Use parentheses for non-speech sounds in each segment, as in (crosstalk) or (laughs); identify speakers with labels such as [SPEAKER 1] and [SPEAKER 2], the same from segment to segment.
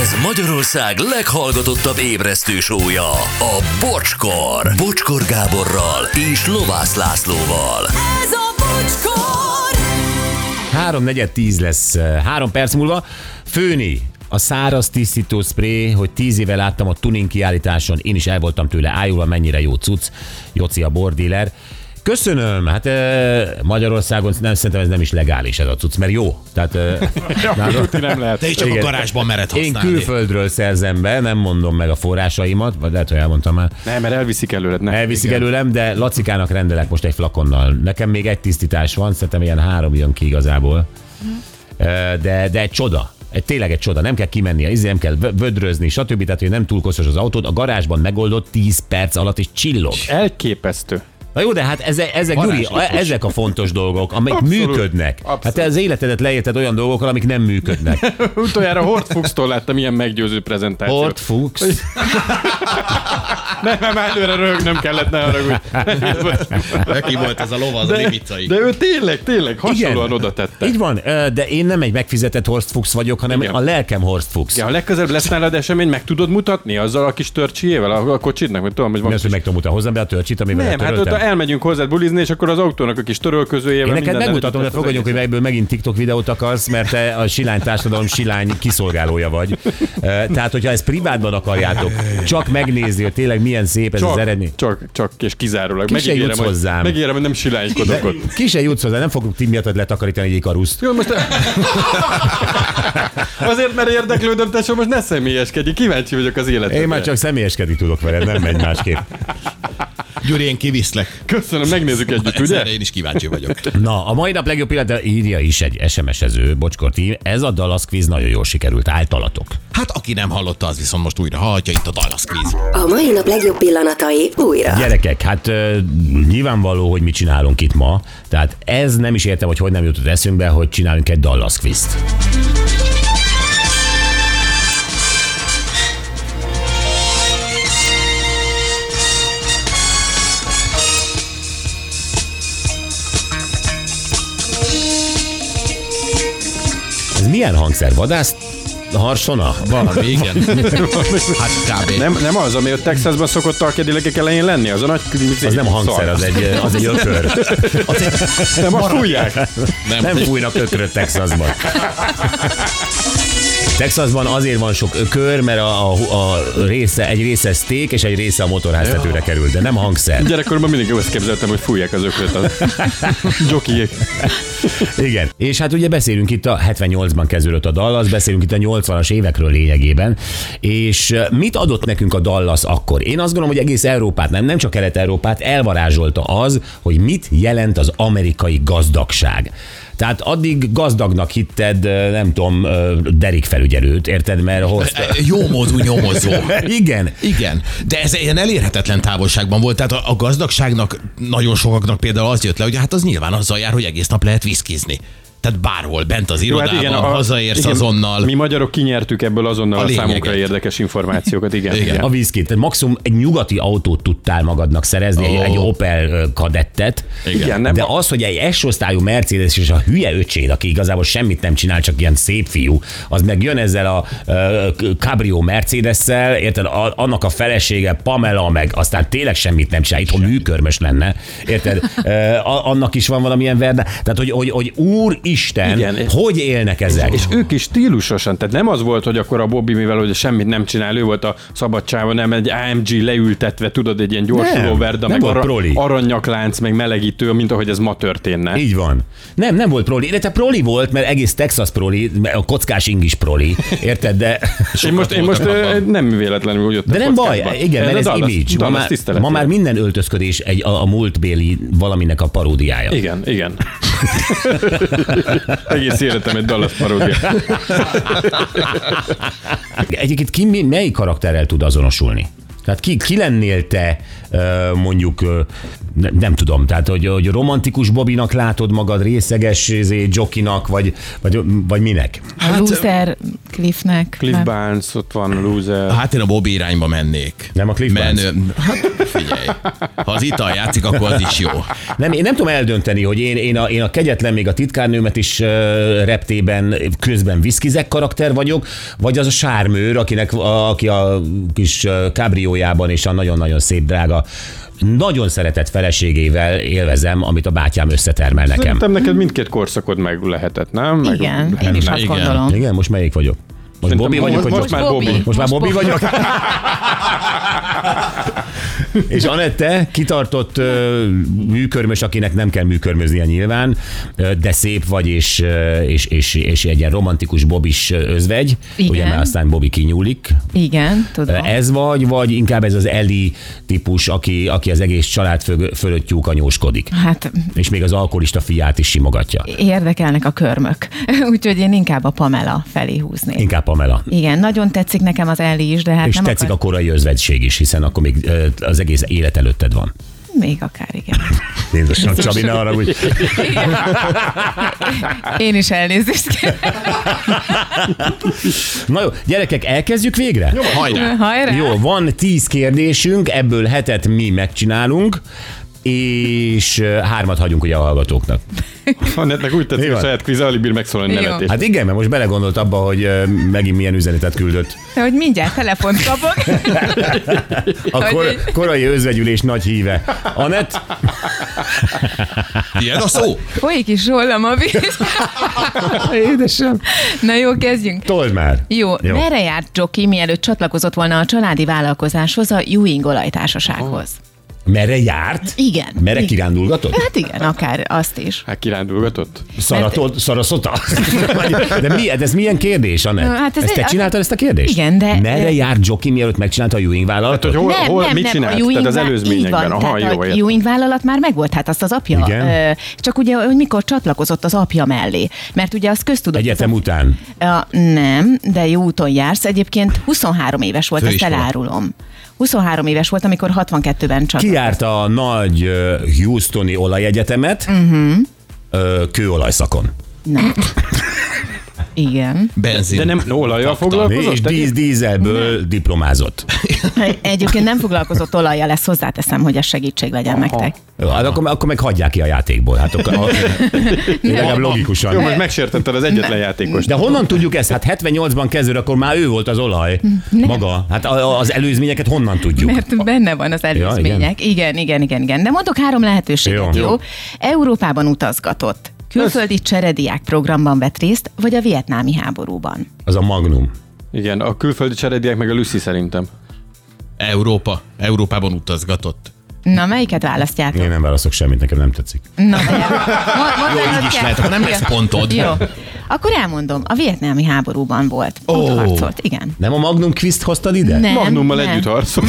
[SPEAKER 1] Ez Magyarország leghallgatottabb ébresztő sója, a Bocskor. Bocskor Gáborral és Lovász Lászlóval.
[SPEAKER 2] Ez a bocskor!
[SPEAKER 3] 3.4.10 lesz eh, három perc múlva. Főni, a száraz tisztító spré, hogy tíz éve láttam a tuning kiállításon, én is el voltam tőle ájulva, mennyire jó cucc, Joci a bordiller. Köszönöm, hát eh, Magyarországon nem, szerintem ez nem is legális ez a cucc, mert jó. Tehát,
[SPEAKER 4] (laughs)
[SPEAKER 3] eh, nálam-
[SPEAKER 5] nem lehet.
[SPEAKER 4] Te is csak
[SPEAKER 3] Igen.
[SPEAKER 4] a garázsban mered
[SPEAKER 3] én
[SPEAKER 4] használni.
[SPEAKER 3] külföldről szerzem be, nem mondom meg a forrásaimat, vagy lehet, hogy elmondtam már.
[SPEAKER 5] Nem, mert elviszik előled. Ne.
[SPEAKER 3] Elviszik Igen. előlem, de Lacikának rendelek most egy flakonnal. Nekem még egy tisztítás van, szerintem ilyen három jön ki igazából.
[SPEAKER 5] Mhm.
[SPEAKER 3] Ö, De, de egy csoda. Egy, tényleg egy csoda, nem kell kimenni, izé nem kell vö- vödrözni, stb. Tehát, hogy nem túl koszos az autód, a garázsban megoldott 10 perc alatt is csillog.
[SPEAKER 5] Elképesztő. (laughs)
[SPEAKER 3] Na jó, de hát ezek, ezek, Júli,
[SPEAKER 4] Varázslapos.
[SPEAKER 3] ezek a fontos dolgok, amik Abszolút.
[SPEAKER 5] Abszolút.
[SPEAKER 3] működnek. Abszolút. Hát te az életedet leérted olyan dolgokkal, amik nem működnek.
[SPEAKER 5] Utoljára Hort Fuchs-tól láttam ilyen meggyőző prezentációt.
[SPEAKER 3] Hort, Fuchs.
[SPEAKER 5] (laughs) Nem, nem, előre röhögnöm kellett, ne haragudj.
[SPEAKER 4] Neki volt ez a lova, az a libicai.
[SPEAKER 5] De ő tényleg, tényleg (laughs) hasonlóan oda tette.
[SPEAKER 3] Így van, ö, de én nem egy megfizetett Horst Fuchs vagyok, hanem Igen.
[SPEAKER 5] Igen.
[SPEAKER 3] a lelkem Horst Fuchs.
[SPEAKER 5] Ja, ha legközelebb lesz nálad esemény, meg tudod mutatni azzal a kis törcsiével, a, a kocsidnak, hogy tudom, hogy van
[SPEAKER 3] Mi az, hogy
[SPEAKER 5] kis...
[SPEAKER 3] meg tudom mutatni? Hozzám be a törcsit, amivel
[SPEAKER 5] Nem, hát ott
[SPEAKER 3] eltöröltem?
[SPEAKER 5] elmegyünk hozzád bulizni, és akkor az autónak a kis törölközőjével.
[SPEAKER 3] Én neked
[SPEAKER 5] mindennel
[SPEAKER 3] megmutatom, de
[SPEAKER 5] együtt
[SPEAKER 3] fogadjunk, hogy melyből megint TikTok videót akarsz, mert te a silány társadalom silány kiszolgálója vagy. Ö, Tehát, hogyha ezt privátban akarjátok, csak megnézni, hogy tényleg milyen szép ez az eredmény.
[SPEAKER 5] Csak, csak, csak, és kizárólag.
[SPEAKER 3] Ki se jutsz
[SPEAKER 5] hogy,
[SPEAKER 3] hozzám.
[SPEAKER 5] megígérem, hogy nem silánykodok ott.
[SPEAKER 3] Ki se jutsz hozzá, nem fogunk ti miattad letakarítani egy karuszt.
[SPEAKER 5] Jó,
[SPEAKER 3] (laughs)
[SPEAKER 5] most... Azért, mert érdeklődöm, tesó, most ne személyeskedj, kíváncsi vagyok az életedre.
[SPEAKER 3] Én már csak személyeskedni tudok veled, nem megy másképp.
[SPEAKER 4] Gyuri, én kiviszlek.
[SPEAKER 5] Köszönöm, megnézzük
[SPEAKER 3] Szóval
[SPEAKER 5] együtt, ugye?
[SPEAKER 4] Egyszerre én is kíváncsi vagyok.
[SPEAKER 3] Na, a mai nap legjobb pillanata írja is egy SMS-ező, bocskor tím. Ez a Dallas quiz nagyon jól sikerült, általatok.
[SPEAKER 4] Hát aki nem hallotta, az viszont most újra hallja itt a Dallas Quiz.
[SPEAKER 6] A mai nap legjobb pillanatai újra.
[SPEAKER 3] Gyerekek, hát ö, nyilvánvaló, hogy mit csinálunk itt ma. Tehát ez nem is értem, hogy hogy nem jutott eszünkbe, hogy csinálunk egy Dallas quizt. Ez milyen hangszer? Vadász? Harsona?
[SPEAKER 4] Valami, igen. Hát kb.
[SPEAKER 5] Nem, nem az, ami a Texasban szokott a kedélegek elején lenni, az a nagy
[SPEAKER 3] Az nem a hangszer, az egy, (laughs) az egy ökör.
[SPEAKER 5] Nem, azt fújják.
[SPEAKER 4] nem.
[SPEAKER 3] Nem fújnak ökröt Texasban. Texasban azért van sok ökör, mert a, a, a része, egy része steak és egy része a motorháztetőre kerül, de nem hangszer.
[SPEAKER 5] Gyerekkoromban mindig azt képzeltem, hogy fújják az ökröt a jokiek.
[SPEAKER 3] Igen. És hát ugye beszélünk itt a 78-ban kezdődött a Dallas, beszélünk itt a 80-as évekről lényegében, és eh, mit adott nekünk a Dallas akkor? Én azt gondolom, hogy egész Európát, nem, nem csak Kelet-Európát elvarázsolta az, hogy mit jelent az amerikai gazdagság. Tehát addig gazdagnak hitted, eh, nem tudom, eh, Derek felügyelőt, érted, mert hozta.
[SPEAKER 4] (laughs) Eh, Jó módú nyomozó.
[SPEAKER 3] Igen.
[SPEAKER 4] Igen, de ez ilyen elérhetetlen távolságban volt. Tehát a, a gazdagságnak, nagyon sokaknak például az jött le, hogy hát az nyilván azzal jár, hogy egész nap lehet viszkizni. Tehát bárhol, bent az
[SPEAKER 5] hát
[SPEAKER 4] irodában, igen, hazaérsz igen, azonnal.
[SPEAKER 5] Mi magyarok kinyertük ebből azonnal
[SPEAKER 4] A
[SPEAKER 5] a, a számunkra
[SPEAKER 4] lényeget.
[SPEAKER 5] érdekes információkat, igen.
[SPEAKER 4] Igen.
[SPEAKER 3] A viszkit. Tehát maximum egy nyugati autót tudtál magadnak szerezni, oh.
[SPEAKER 4] Ó.
[SPEAKER 3] egy, egy Opel ö, kadettet.
[SPEAKER 5] Igen, nem
[SPEAKER 3] De
[SPEAKER 5] a-
[SPEAKER 3] az, hogy egy S-osztályú Mercedes és a hülye öcséd, aki igazából semmit nem csinál, csak ilyen szép fiú, az meg jön ezzel a ö, k- Cabrio Mercedes-szel, érted, A- annak a felesége Pamela, meg aztán tényleg semmit nem csinál, itthon műkörmös lenne, érted? Ö, a- annak is van valamilyen verne. Tehát, hogy, hogy, hogy úristen, Igen.
[SPEAKER 5] Igen.
[SPEAKER 3] hogy élnek ezek?
[SPEAKER 5] És ők is stílusosan, tehát nem az volt, hogy akkor a Bobby, mivel hogy semmit nem csinál, ő volt a szabadságban, nem egy AMG leültetve, tudod, egy ilyen gyors
[SPEAKER 3] Nem,
[SPEAKER 5] roverda,
[SPEAKER 3] nem
[SPEAKER 5] meg
[SPEAKER 3] volt proli.
[SPEAKER 5] aranyaklánc, meg melegítő, mint ahogy ez ma történne.
[SPEAKER 3] Így van. Nem, nem volt proli. Illetve proli volt, mert egész Texas proli, mert a kockás ing is proli. Érted? De,
[SPEAKER 5] Én most, én most
[SPEAKER 4] voltam
[SPEAKER 5] ö,
[SPEAKER 4] abban.
[SPEAKER 5] nem véletlenül úgy
[SPEAKER 3] de nem baj. Igen, mert ez
[SPEAKER 5] Dallas,
[SPEAKER 3] image. Ma
[SPEAKER 5] Dallas
[SPEAKER 3] már,
[SPEAKER 5] tisztelet.
[SPEAKER 3] ma már minden öltözködés egy a, a múltbéli valaminek a paródiája.
[SPEAKER 5] Igen, igen. (laughs) Egész életem egy Dallas paródia.
[SPEAKER 3] Hát Egyébként ki mi, melyik karakterrel tud azonosulni? Tehát ki, ki lennél te ö, mondjuk, ö, ne, nem tudom, tehát hogy, hogy romantikus Bobinak látod magad, részeges izé, jokinak, vagy, vagy, vagy minek?
[SPEAKER 7] A lúzer Cliffnek.
[SPEAKER 5] Hát, Cliff
[SPEAKER 7] meg-
[SPEAKER 5] Barnes, ott van Loser.
[SPEAKER 4] Hát én a Bobby irányba mennék.
[SPEAKER 3] Nem a Cliff Barnes?
[SPEAKER 4] Menő. Hát figyelj, ha az ital játszik, akkor az is jó.
[SPEAKER 3] Nem, én nem tudom eldönteni, hogy én, én, a, én a kegyetlen, még a titkárnőmet is uh, reptében közben viszkizek karakter vagyok, vagy az a sármőr, akinek, a, aki a kis ö, kábriójában és a nagyon-nagyon szép drága nagyon szeretett feleségével élvezem, amit a bátyám összetermel nekem.
[SPEAKER 5] Szerintem neked mindkét korszakod meg lehetett, nem? Meg
[SPEAKER 7] Igen, én is
[SPEAKER 5] lehetne.
[SPEAKER 7] azt
[SPEAKER 4] igen.
[SPEAKER 7] gondolom.
[SPEAKER 3] Igen, most melyik vagyok? Most
[SPEAKER 5] Szerintem
[SPEAKER 3] Bobby vagyok,
[SPEAKER 5] most-
[SPEAKER 3] vagy
[SPEAKER 5] most
[SPEAKER 3] Johnny?
[SPEAKER 5] már Bobby.
[SPEAKER 3] Most már Bobby vagyok? És Anette kitartott ö, műkörmös, akinek nem kell műkörmöznie nyilván, ö, de szép vagy, és, ö, és, és, és egy ilyen romantikus bobis özvegy,
[SPEAKER 7] Igen.
[SPEAKER 3] ugye mert aztán Bobby kinyúlik.
[SPEAKER 7] Igen,
[SPEAKER 3] Ö,
[SPEAKER 7] tudom.
[SPEAKER 3] Ez vagy, vagy inkább ez az Eli típus, aki, aki az egész család föl, fölött tyúkanyóskodik.
[SPEAKER 7] Hát
[SPEAKER 3] És még az alkoholista fiát is simogatja.
[SPEAKER 7] érdekelnek a körmök, (laughs) úgyhogy én inkább a Pamela felé húznék.
[SPEAKER 3] Inkább Pamela.
[SPEAKER 7] Igen, nagyon tetszik nekem az Ellie is, de hát
[SPEAKER 3] És
[SPEAKER 7] nem
[SPEAKER 3] tetszik
[SPEAKER 7] akar...
[SPEAKER 3] a korai özvegység is, hiszen akkor még ö, az egész élet előtted van.
[SPEAKER 7] Még akár, igen.
[SPEAKER 3] Jézusom, Csabi, ne arra, hogy...
[SPEAKER 7] Én is elnézést kérek.
[SPEAKER 3] (laughs) Na jó, gyerekek, elkezdjük végre? Jó,
[SPEAKER 4] Hajrá!
[SPEAKER 7] Hajrá!
[SPEAKER 3] jó van tíz kérdésünk, ebből hetet mi megcsinálunk, és ö, hármat hagyunk ugye a hallgatóknak.
[SPEAKER 5] (laughs) Annettnek úgy
[SPEAKER 3] Mi
[SPEAKER 5] tetszik
[SPEAKER 3] van?
[SPEAKER 5] a saját kvíze, alig bír megszólalni
[SPEAKER 7] Jó.
[SPEAKER 5] nevetés.
[SPEAKER 3] Hát igen, mert most belegondolt abba, hogy ö, megint milyen üzenetet küldött.
[SPEAKER 7] De hogy mindjárt telefont
[SPEAKER 3] (laughs)
[SPEAKER 7] kapok.
[SPEAKER 3] A kor- korai özvegyülés nagy híve. Anett,
[SPEAKER 4] Ilyen a szó?
[SPEAKER 7] Folyik is rólam a
[SPEAKER 3] (laughs)
[SPEAKER 7] víz. Édesem. Na jó, kezdjünk.
[SPEAKER 3] told már.
[SPEAKER 7] Jó, jó, merre járt Joki, mielőtt csatlakozott volna a családi vállalkozáshoz, a Ewing olajtársasághoz?
[SPEAKER 3] Merre járt?
[SPEAKER 7] Igen.
[SPEAKER 3] Merre
[SPEAKER 7] Igen.
[SPEAKER 3] kirándulgatott?
[SPEAKER 7] Hát igen, akár azt is.
[SPEAKER 5] Hát kirándulgatott?
[SPEAKER 3] Szaratolt, szaraszota? (laughs) De mi, de ez milyen kérdés, Anett?
[SPEAKER 7] Na, hát ez
[SPEAKER 3] ezt te
[SPEAKER 7] egy-
[SPEAKER 3] csináltad ezt a kérdést?
[SPEAKER 7] Igen, de-
[SPEAKER 3] Merre
[SPEAKER 7] de-
[SPEAKER 3] jár Joki, mielőtt megcsinálta a Ewing vállalatot?
[SPEAKER 5] Hát, Hogy hol,
[SPEAKER 7] nem,
[SPEAKER 5] hol
[SPEAKER 7] nem,
[SPEAKER 5] mit
[SPEAKER 7] nem,
[SPEAKER 5] csinált?
[SPEAKER 7] a Ewing
[SPEAKER 5] Tehát az
[SPEAKER 7] vá- így
[SPEAKER 5] előzményekben.
[SPEAKER 7] Van,
[SPEAKER 5] Aha,
[SPEAKER 7] tehát
[SPEAKER 5] jó,
[SPEAKER 7] a
[SPEAKER 5] értem.
[SPEAKER 7] Ewing vállalat már megvolt, hát azt az apja.
[SPEAKER 3] Igen.
[SPEAKER 7] Ö, csak ugye, hogy mikor csatlakozott az apja mellé. Mert ugye az köztudott.
[SPEAKER 3] Egyetem után.
[SPEAKER 7] Ja, nem, de jó úton jársz. Egyébként 23 éves volt, ezt
[SPEAKER 4] Főiskola.
[SPEAKER 7] elárulom. 23 éves volt, amikor 62-ben csak.
[SPEAKER 3] Kijárta a nagy ö, Houstoni olajegyetemet,
[SPEAKER 7] Mhm.
[SPEAKER 3] uh-huh. kőolajszakon.
[SPEAKER 7] Nem.
[SPEAKER 5] (laughs)
[SPEAKER 7] Igen.
[SPEAKER 4] Benzin.
[SPEAKER 5] De nem olajjal foglalkozott?
[SPEAKER 3] És
[SPEAKER 5] Tehát
[SPEAKER 3] díz, dízelből diplomázott.
[SPEAKER 7] Egyébként nem foglalkozott olajjal, ezt hozzáteszem, hogy a segítség legyen nektek.
[SPEAKER 3] Jó, Hát akkor, akkor meg hagyják ki a játékból. Hát
[SPEAKER 5] (laughs)
[SPEAKER 3] akkor, akkor, legalább
[SPEAKER 5] Jó,
[SPEAKER 3] logikusan.
[SPEAKER 5] most megsértetted az egyetlen játékos.
[SPEAKER 3] De honnan tudjuk ezt? Hát 78-ban kezdőd, akkor már ő volt az olaj. Maga. Hát a- a- az előzményeket honnan tudjuk?
[SPEAKER 7] Mm. Mert benne van az előzmények. Ja, igen. igen, igen, igen, igen. De mondok három lehetőséget,
[SPEAKER 3] Jó.
[SPEAKER 7] jó? jó? Európában utazgatott. Külföldi cserediák programban vett részt, vagy a vietnámi háborúban.
[SPEAKER 3] Az a magnum.
[SPEAKER 5] Igen, a külföldi cserediek meg a Lucy szerintem.
[SPEAKER 4] Európa. Európában utazgatott.
[SPEAKER 7] Na, melyiket választjátok?
[SPEAKER 3] Én nem válaszok semmit, nekem nem tetszik.
[SPEAKER 7] Na, de... Mo- mondanod
[SPEAKER 4] így is
[SPEAKER 7] kell.
[SPEAKER 4] lehet, akkor nem lesz
[SPEAKER 7] Jó.
[SPEAKER 4] pontod.
[SPEAKER 7] Jó. Akkor elmondom, a vietnámi háborúban volt. Ott
[SPEAKER 4] Ó.
[SPEAKER 7] harcolt, igen.
[SPEAKER 3] Nem a magnum quizt hoztad ide?
[SPEAKER 7] Nem,
[SPEAKER 5] Magnummal
[SPEAKER 7] (laughs) nem.
[SPEAKER 5] együtt harcol.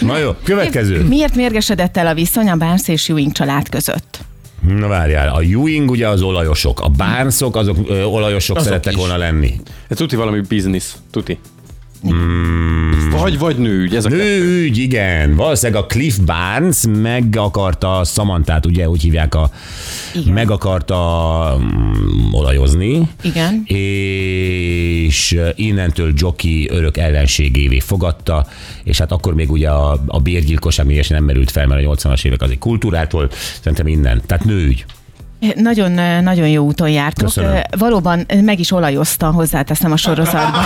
[SPEAKER 3] Na jó, következő.
[SPEAKER 7] Miért mérgesedett el a viszony a Barnes és Ewing család között?
[SPEAKER 3] Na várjál, a Ewing ugye az olajosok, a Barnesok azok ö, olajosok
[SPEAKER 4] Azok
[SPEAKER 3] szerettek
[SPEAKER 4] is.
[SPEAKER 3] volna lenni.
[SPEAKER 5] Ez tuti valami biznisz. Tuti. Vagy, vagy nőügy. Ez a
[SPEAKER 3] Nőügy, igen. Valószínűleg a Cliff Barnes meg akarta Samantát, ugye úgy hívják a...
[SPEAKER 7] Igen.
[SPEAKER 3] Meg akarta mm, olajozni.
[SPEAKER 7] Igen.
[SPEAKER 3] És innentől Joki örök ellenségévé fogadta, és hát akkor még ugye a, a bérgyilkosság még nem merült fel, mert a 80-as évek az egy kultúrától, szerintem innen. Tehát nőügy.
[SPEAKER 7] Nagyon, eh, nagyon jó úton jártok.
[SPEAKER 3] Köszönöm.
[SPEAKER 7] Eh, Valóban eh, meg is olajozta, hozzáteszem a sorozatban.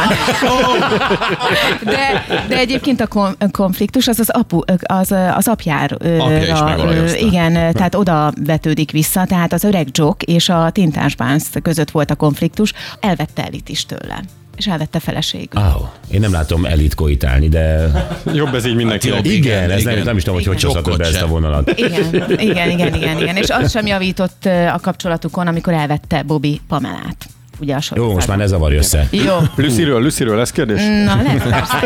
[SPEAKER 7] De, de egyébként a kon- konfliktus az az, apu, az, eh, az apjára. eh,
[SPEAKER 4] Apja is
[SPEAKER 7] ra-
[SPEAKER 4] megolajozta.
[SPEAKER 7] eh, Igen, eh, tehát oda vetődik vissza, tehát az öreg Jock és a Tintás Barnes között volt a konfliktus. Elvette Elit is tőle, és elvette feleségül.
[SPEAKER 3] Oh, én nem látom elitkoitálni, de
[SPEAKER 5] Jobb ez így mindenkinek.
[SPEAKER 4] Attila,
[SPEAKER 3] igen, igen ez igen. Nem,
[SPEAKER 4] igen.
[SPEAKER 3] nem is tudom, hogy hogy
[SPEAKER 7] Igen.
[SPEAKER 3] csoszatott be ezt a
[SPEAKER 4] Csokkocsem.
[SPEAKER 3] vonalat.
[SPEAKER 7] Igen, igen, igen, igen, igen. És az sem javított eh, a kapcsolatukon, amikor elvette Bobby Pamelát. Ugye a
[SPEAKER 3] Jó, most már ne zavarj össze.
[SPEAKER 7] Jó,
[SPEAKER 5] Lucy-ről, Lucy-ről lesz kérdés?
[SPEAKER 7] Na, lesz persze.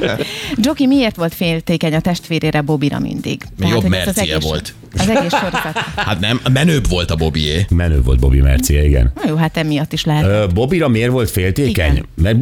[SPEAKER 7] igen. Joki miért volt féltékeny a testvérére Bobira mindig?
[SPEAKER 4] jobb
[SPEAKER 7] hogy ez az
[SPEAKER 4] mercie
[SPEAKER 7] egész-
[SPEAKER 4] volt.
[SPEAKER 7] Az egész sorozat.
[SPEAKER 4] Hát nem, menőbb volt a Bobié.
[SPEAKER 3] Menő volt Bobby Mercia, igen.
[SPEAKER 7] Na jó, hát emiatt is lehet.
[SPEAKER 3] Ö, Bobira miért volt féltékeny?
[SPEAKER 7] Igen.
[SPEAKER 3] Mert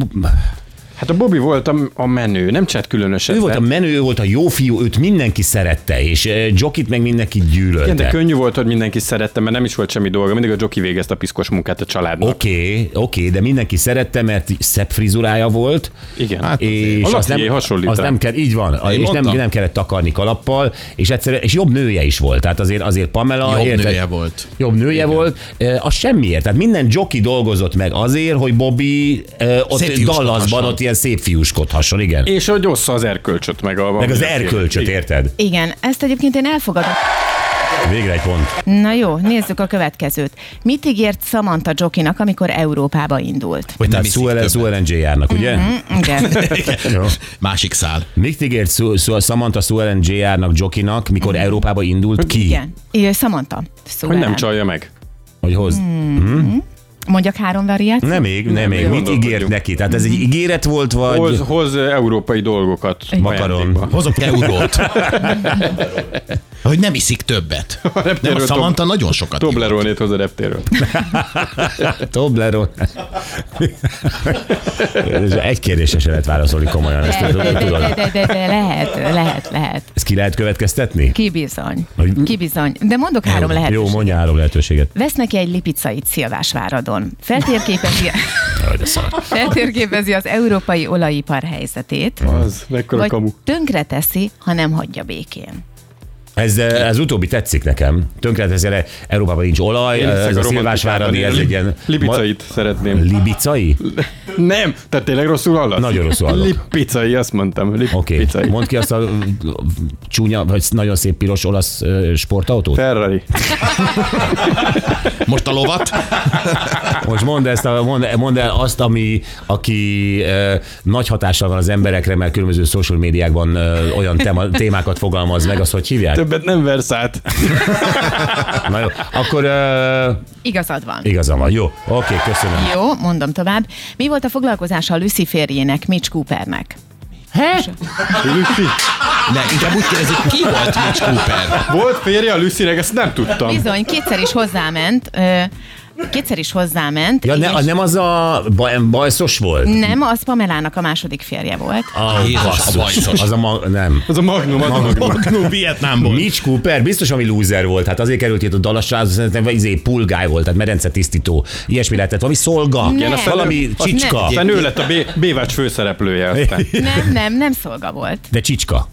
[SPEAKER 5] Hát a Bobby volt a, a menő, nem csinált különösen.
[SPEAKER 3] Ő volt a menő, ő volt a jó fiú, őt mindenki szerette, és eh, Jokit meg mindenki gyűlölte.
[SPEAKER 5] igen, de könnyű volt, hogy mindenki szerette, mert nem is volt semmi dolga. Mindig a Joki végezte a piszkos munkát a családnak.
[SPEAKER 3] Oké, okay, oké, okay, de mindenki szerette, mert szebb frizurája volt.
[SPEAKER 5] Igen.
[SPEAKER 3] Hát,
[SPEAKER 5] Hát
[SPEAKER 3] és
[SPEAKER 5] azért.
[SPEAKER 3] azt nem,
[SPEAKER 5] Alakié hasonlít
[SPEAKER 3] azt
[SPEAKER 5] rá.
[SPEAKER 3] nem kell, így van, Én
[SPEAKER 4] Én
[SPEAKER 3] és nem,
[SPEAKER 4] mondtam.
[SPEAKER 3] nem kellett takarni kalappal, és egyszerűen, és jobb nője is volt, tehát azért, azért
[SPEAKER 5] Ah,
[SPEAKER 3] Pamela...
[SPEAKER 4] Jobb
[SPEAKER 3] érted?
[SPEAKER 4] nője volt.
[SPEAKER 3] Jobb nője Igen. volt, eh, az semmiért, tehát minden joki dolgozott meg azért, hogy Bobby eh, ott
[SPEAKER 4] Szépfiúskodhasson.
[SPEAKER 3] Dallasban ott ilyen szép fiúskodhasson, igen.
[SPEAKER 5] És hogy ossza az erkölcsöt meg a...
[SPEAKER 3] Meg az erkölcsöt,
[SPEAKER 5] Igen.
[SPEAKER 3] érted?
[SPEAKER 7] Igen, ezt egyébként én elfogadom.
[SPEAKER 3] Végre egy pont.
[SPEAKER 7] Na jó, nézzük a következőt. Mit ígért Samantha Jokinak, amikor Európába indult? Mm,
[SPEAKER 4] Hogy nem
[SPEAKER 3] Tehát
[SPEAKER 4] iszik többet.
[SPEAKER 3] Sue LNG járnak, ugye?
[SPEAKER 7] Mhm. Igen.
[SPEAKER 3] Jó.
[SPEAKER 4] Másik szál.
[SPEAKER 3] Mit ígért Su- Su- Samantha Suellen Jr.-nak, Jokinak, mikor Európába indult ki?
[SPEAKER 7] Mhm. Igen. Ő, Samantha.
[SPEAKER 5] Hogy
[SPEAKER 7] Szóval
[SPEAKER 5] nem csalja meg.
[SPEAKER 3] Hogy hoz?
[SPEAKER 7] Mhm. Mondjak három variációt?
[SPEAKER 3] Nem még, nem még. Mit
[SPEAKER 5] gondolkodjuk.
[SPEAKER 3] ígért neki? Tehát ez
[SPEAKER 7] Mhm.
[SPEAKER 3] egy ígéret volt, vagy...
[SPEAKER 5] Hoz, hoz európai dolgokat. Ah.
[SPEAKER 3] Makaron.
[SPEAKER 4] Hozok eurót. hogy nem iszik többet. Nem, a
[SPEAKER 5] Tob-
[SPEAKER 4] Samantha nagyon sokat ivott.
[SPEAKER 5] Toblerónét hoz a reptéről.
[SPEAKER 3] Hát Toblerone. Ez egy kérdésre se lehet válaszolni komolyan, ezt
[SPEAKER 7] De,
[SPEAKER 3] tudod.
[SPEAKER 7] de, de, de,
[SPEAKER 3] tudod.
[SPEAKER 7] de, de, de lehet, lehet, lehet.
[SPEAKER 3] Ezt ki lehet következtetni?
[SPEAKER 7] Ki bizony.
[SPEAKER 3] Hogy-
[SPEAKER 7] Ki bizony. De mondok három
[SPEAKER 3] Jó,
[SPEAKER 7] lehetőséget.
[SPEAKER 3] mondja három lehetőséget.
[SPEAKER 7] Vesz neki egy lipicait Szilvásváradon. Feltérképezi,
[SPEAKER 3] Jaj, de szar.
[SPEAKER 7] feltérképezi az európai olajipar helyzetét,
[SPEAKER 5] Az, mekkora kamu.
[SPEAKER 7] vagy tönkreteszi, ha nem hagyja békén.
[SPEAKER 3] Ez, eh, ez utóbbi tetszik nekem. Tönkreteszi, erre Európában nincs olaj,
[SPEAKER 5] Én hiszek
[SPEAKER 3] ez a
[SPEAKER 5] romantikában,
[SPEAKER 3] szilvásváradi,
[SPEAKER 5] én
[SPEAKER 3] ez
[SPEAKER 5] li-
[SPEAKER 3] egy ilyen...
[SPEAKER 5] Lipicait szeretném.
[SPEAKER 3] Libicai?
[SPEAKER 5] Nem, te tényleg rosszul hallasz?
[SPEAKER 3] Nagyon rosszul hallok.
[SPEAKER 5] Lipicai, azt mondtam.
[SPEAKER 3] Oké,
[SPEAKER 5] Lipicai.
[SPEAKER 3] okay. mondd ki azt a ö, ö, csúnya, vagy nagyon szép piros olasz ö, sportautót.
[SPEAKER 5] Ferrari.
[SPEAKER 4] Most a lovat.
[SPEAKER 3] Most mondd, ezt a, mondd, mondd el azt, ami, aki ö, nagy hatással van az emberekre, mert különböző social médiákban ö, olyan
[SPEAKER 5] (laughs)
[SPEAKER 3] tema, témákat fogalmaz meg, azt hogy hívják?
[SPEAKER 5] Többet nem versz át.
[SPEAKER 3] Na jó, akkor ö,
[SPEAKER 7] Igazad van.
[SPEAKER 3] igazam van. Jó, oké, okay, köszönöm.
[SPEAKER 7] Jó, mondom tovább. Mi volt a foglalkozása a Lucy férjének, Mitch Coopernek?
[SPEAKER 5] Lucy.
[SPEAKER 4] Ne, inkább úgy kérdezik, ki volt Mitch Cooper?
[SPEAKER 5] Volt férje a Lucynek, ezt nem tudtam.
[SPEAKER 7] Bizony, kétszer is hozzáment. Ö, kétszer is hozzáment.
[SPEAKER 3] Ja, ne,
[SPEAKER 7] és-
[SPEAKER 3] a- nem az a baj, bajszos volt?
[SPEAKER 7] nem, az Pamelának a második férje volt.
[SPEAKER 3] A,
[SPEAKER 4] Jézus, a
[SPEAKER 3] basszus.
[SPEAKER 4] bajszos.
[SPEAKER 3] Az a ma, nem.
[SPEAKER 5] Az a Magnum, az a Magnum.
[SPEAKER 4] Magnum Vietnámból.
[SPEAKER 3] Mitch Cooper biztos, ami loser volt. Hát azért került itt a Dallas Stars, szerintem vagy izé pulgáj volt, tehát medence tisztító. Ilyesmi lehetett, valami szolga,
[SPEAKER 7] Igen,
[SPEAKER 3] ne.
[SPEAKER 7] aztán
[SPEAKER 3] valami
[SPEAKER 7] nem.
[SPEAKER 3] csicska.
[SPEAKER 5] Aztán ő lett a B- Bévács főszereplője aztán.
[SPEAKER 7] Nem, nem, nem szolga volt.
[SPEAKER 3] De csicska.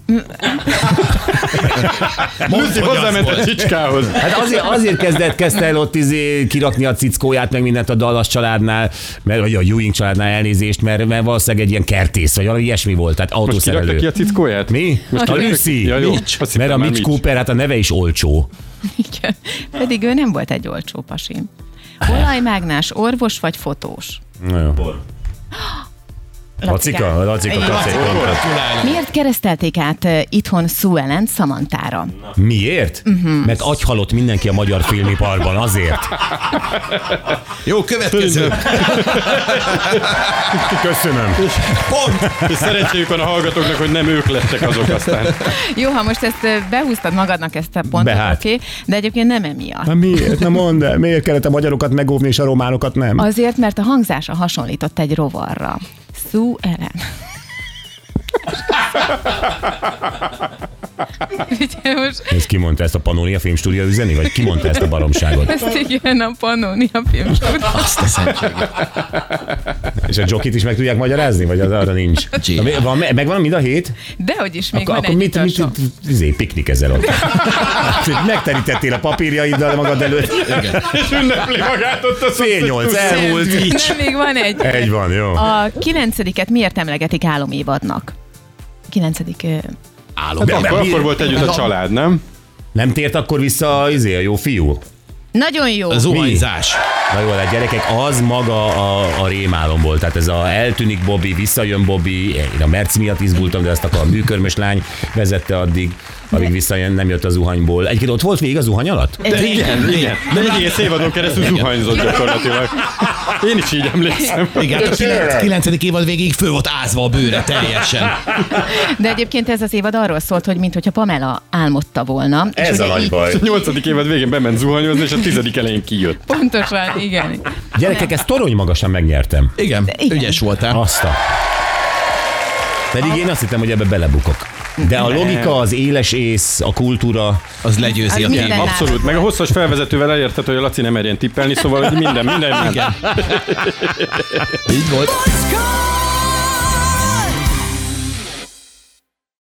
[SPEAKER 5] Lucy hozzáment a csicskához.
[SPEAKER 3] Hát azért, azért kezdett, kezdte el ott izé kirakni a cickóját, meg mindent a Dallas családnál, mert, vagy a Ewing családnál elnézést, mert, mert valószínűleg egy ilyen kertész, vagy valami ilyesmi volt, tehát
[SPEAKER 5] Most kirakta
[SPEAKER 3] autószerelő.
[SPEAKER 5] ki a cickóját?
[SPEAKER 3] Mi?
[SPEAKER 5] Most
[SPEAKER 3] a
[SPEAKER 5] kirakta-
[SPEAKER 3] Lucy.
[SPEAKER 5] Ja, jó.
[SPEAKER 3] Mitch.
[SPEAKER 5] Azt hittem
[SPEAKER 3] Mert a
[SPEAKER 5] már
[SPEAKER 3] Mitch
[SPEAKER 5] Mitch.
[SPEAKER 3] Cooper, hát a neve is olcsó.
[SPEAKER 7] Igen. Pedig ő nem volt egy olcsó pasi. Olajmágnás, orvos vagy fotós?
[SPEAKER 3] Na jó. Lacika, Lacika,
[SPEAKER 7] Igen.
[SPEAKER 3] kapsz egy pontot.
[SPEAKER 7] Miért keresztelték át ö, itthon Sue Ellen Samantára?
[SPEAKER 3] Miért? Mert agyhalott mindenki a magyar filmiparban, azért.
[SPEAKER 4] Jó, következő.
[SPEAKER 3] Köszönöm.
[SPEAKER 4] Pont.
[SPEAKER 5] És szerencséjük van a hallgatóknak, hogy nem ők lettek azok aztán.
[SPEAKER 7] Jó, ha most ezt ö, behúztad magadnak ezt a pontot,
[SPEAKER 3] Behát.
[SPEAKER 7] oké, de egyébként nem emiatt.
[SPEAKER 3] miért? Na mondd el, miért kellett a magyarokat megóvni, és a románokat nem?
[SPEAKER 7] Azért, mert a hangzása hasonlított egy rovarra. Sue
[SPEAKER 3] (laughs)
[SPEAKER 7] Ellen. Ugye most
[SPEAKER 3] Ez ki mondta ezt a Panónia Filmstúdió üzeni, vagy ki mondta ezt a baromságot?
[SPEAKER 7] ezt igen a Pannonia filmstúdió.
[SPEAKER 4] Azt a szentséget.
[SPEAKER 3] És a jokit is meg tudják magyarázni, vagy az arra nincs?
[SPEAKER 4] Gina.
[SPEAKER 3] Na, mi- Van, megvan mind a hét?
[SPEAKER 7] Dehogy is, még
[SPEAKER 3] Akkor,
[SPEAKER 7] van
[SPEAKER 3] akkor
[SPEAKER 7] egy
[SPEAKER 3] mit, mit,
[SPEAKER 7] utolsó.
[SPEAKER 3] mit izé, piknik ezzel ott? Hát, Megterítettél a papírjaiddal magad előtt.
[SPEAKER 5] És ünnepli magát ott a
[SPEAKER 3] Fél nyolc, elmúlt.
[SPEAKER 7] Nem, még van egy.
[SPEAKER 3] Egy van, jó.
[SPEAKER 7] A kilencediket miért emlegetik álomévadnak? Kilencedik... ö,
[SPEAKER 4] Álom.
[SPEAKER 5] Akkor, akkor volt együtt a család, nem?
[SPEAKER 3] Nem tért akkor vissza izé, a jó fiú?
[SPEAKER 7] Nagyon jó.
[SPEAKER 4] Az olajzás.
[SPEAKER 3] Na jó, de gyerekek, az maga a, a rémálom volt. Tehát ez a eltűnik Bobby, visszajön Bobby, én a Merci miatt izgultam, de azt akkor a műkörmös lány vezette addig, amíg visszajön, nem jött az zuhanyból. Egyébként ott volt végig a zuhany alatt?
[SPEAKER 5] De igen, igen. De egész évadon keresztül zuhanyzott gyakorlatilag. Én is így emlékszem.
[SPEAKER 4] Igen, hát a kilenc- kilencedik évad végéig fő volt ázva a bőre teljesen.
[SPEAKER 7] De egyébként ez az évad arról szólt, hogy mintha Pamela álmodta volna. és
[SPEAKER 3] Ez a
[SPEAKER 7] ugye
[SPEAKER 3] nagy
[SPEAKER 7] így-
[SPEAKER 3] baj.
[SPEAKER 5] A nyolcadik évad végén bement zuhanyozni, és a tizedik elején kijött.
[SPEAKER 7] Pontosan, igen.
[SPEAKER 3] Gyerekek, ezt torony magasan megnyertem.
[SPEAKER 4] Igen,
[SPEAKER 7] Igen.
[SPEAKER 4] ügyes voltál.
[SPEAKER 3] Azt a... Pedig én azt hittem, hogy ebbe belebukok. De a logika, az éles ész, a kultúra,
[SPEAKER 4] Az legyőzi
[SPEAKER 7] Az
[SPEAKER 4] a
[SPEAKER 7] minden
[SPEAKER 4] témát.
[SPEAKER 7] nálad
[SPEAKER 5] Abszolút, meg a hosszas felvezetővel elérted, hogy a Laci nem merjen tippelni, szóval hogy minden, minden, minden.
[SPEAKER 4] Így volt.
[SPEAKER 2] Bocskor!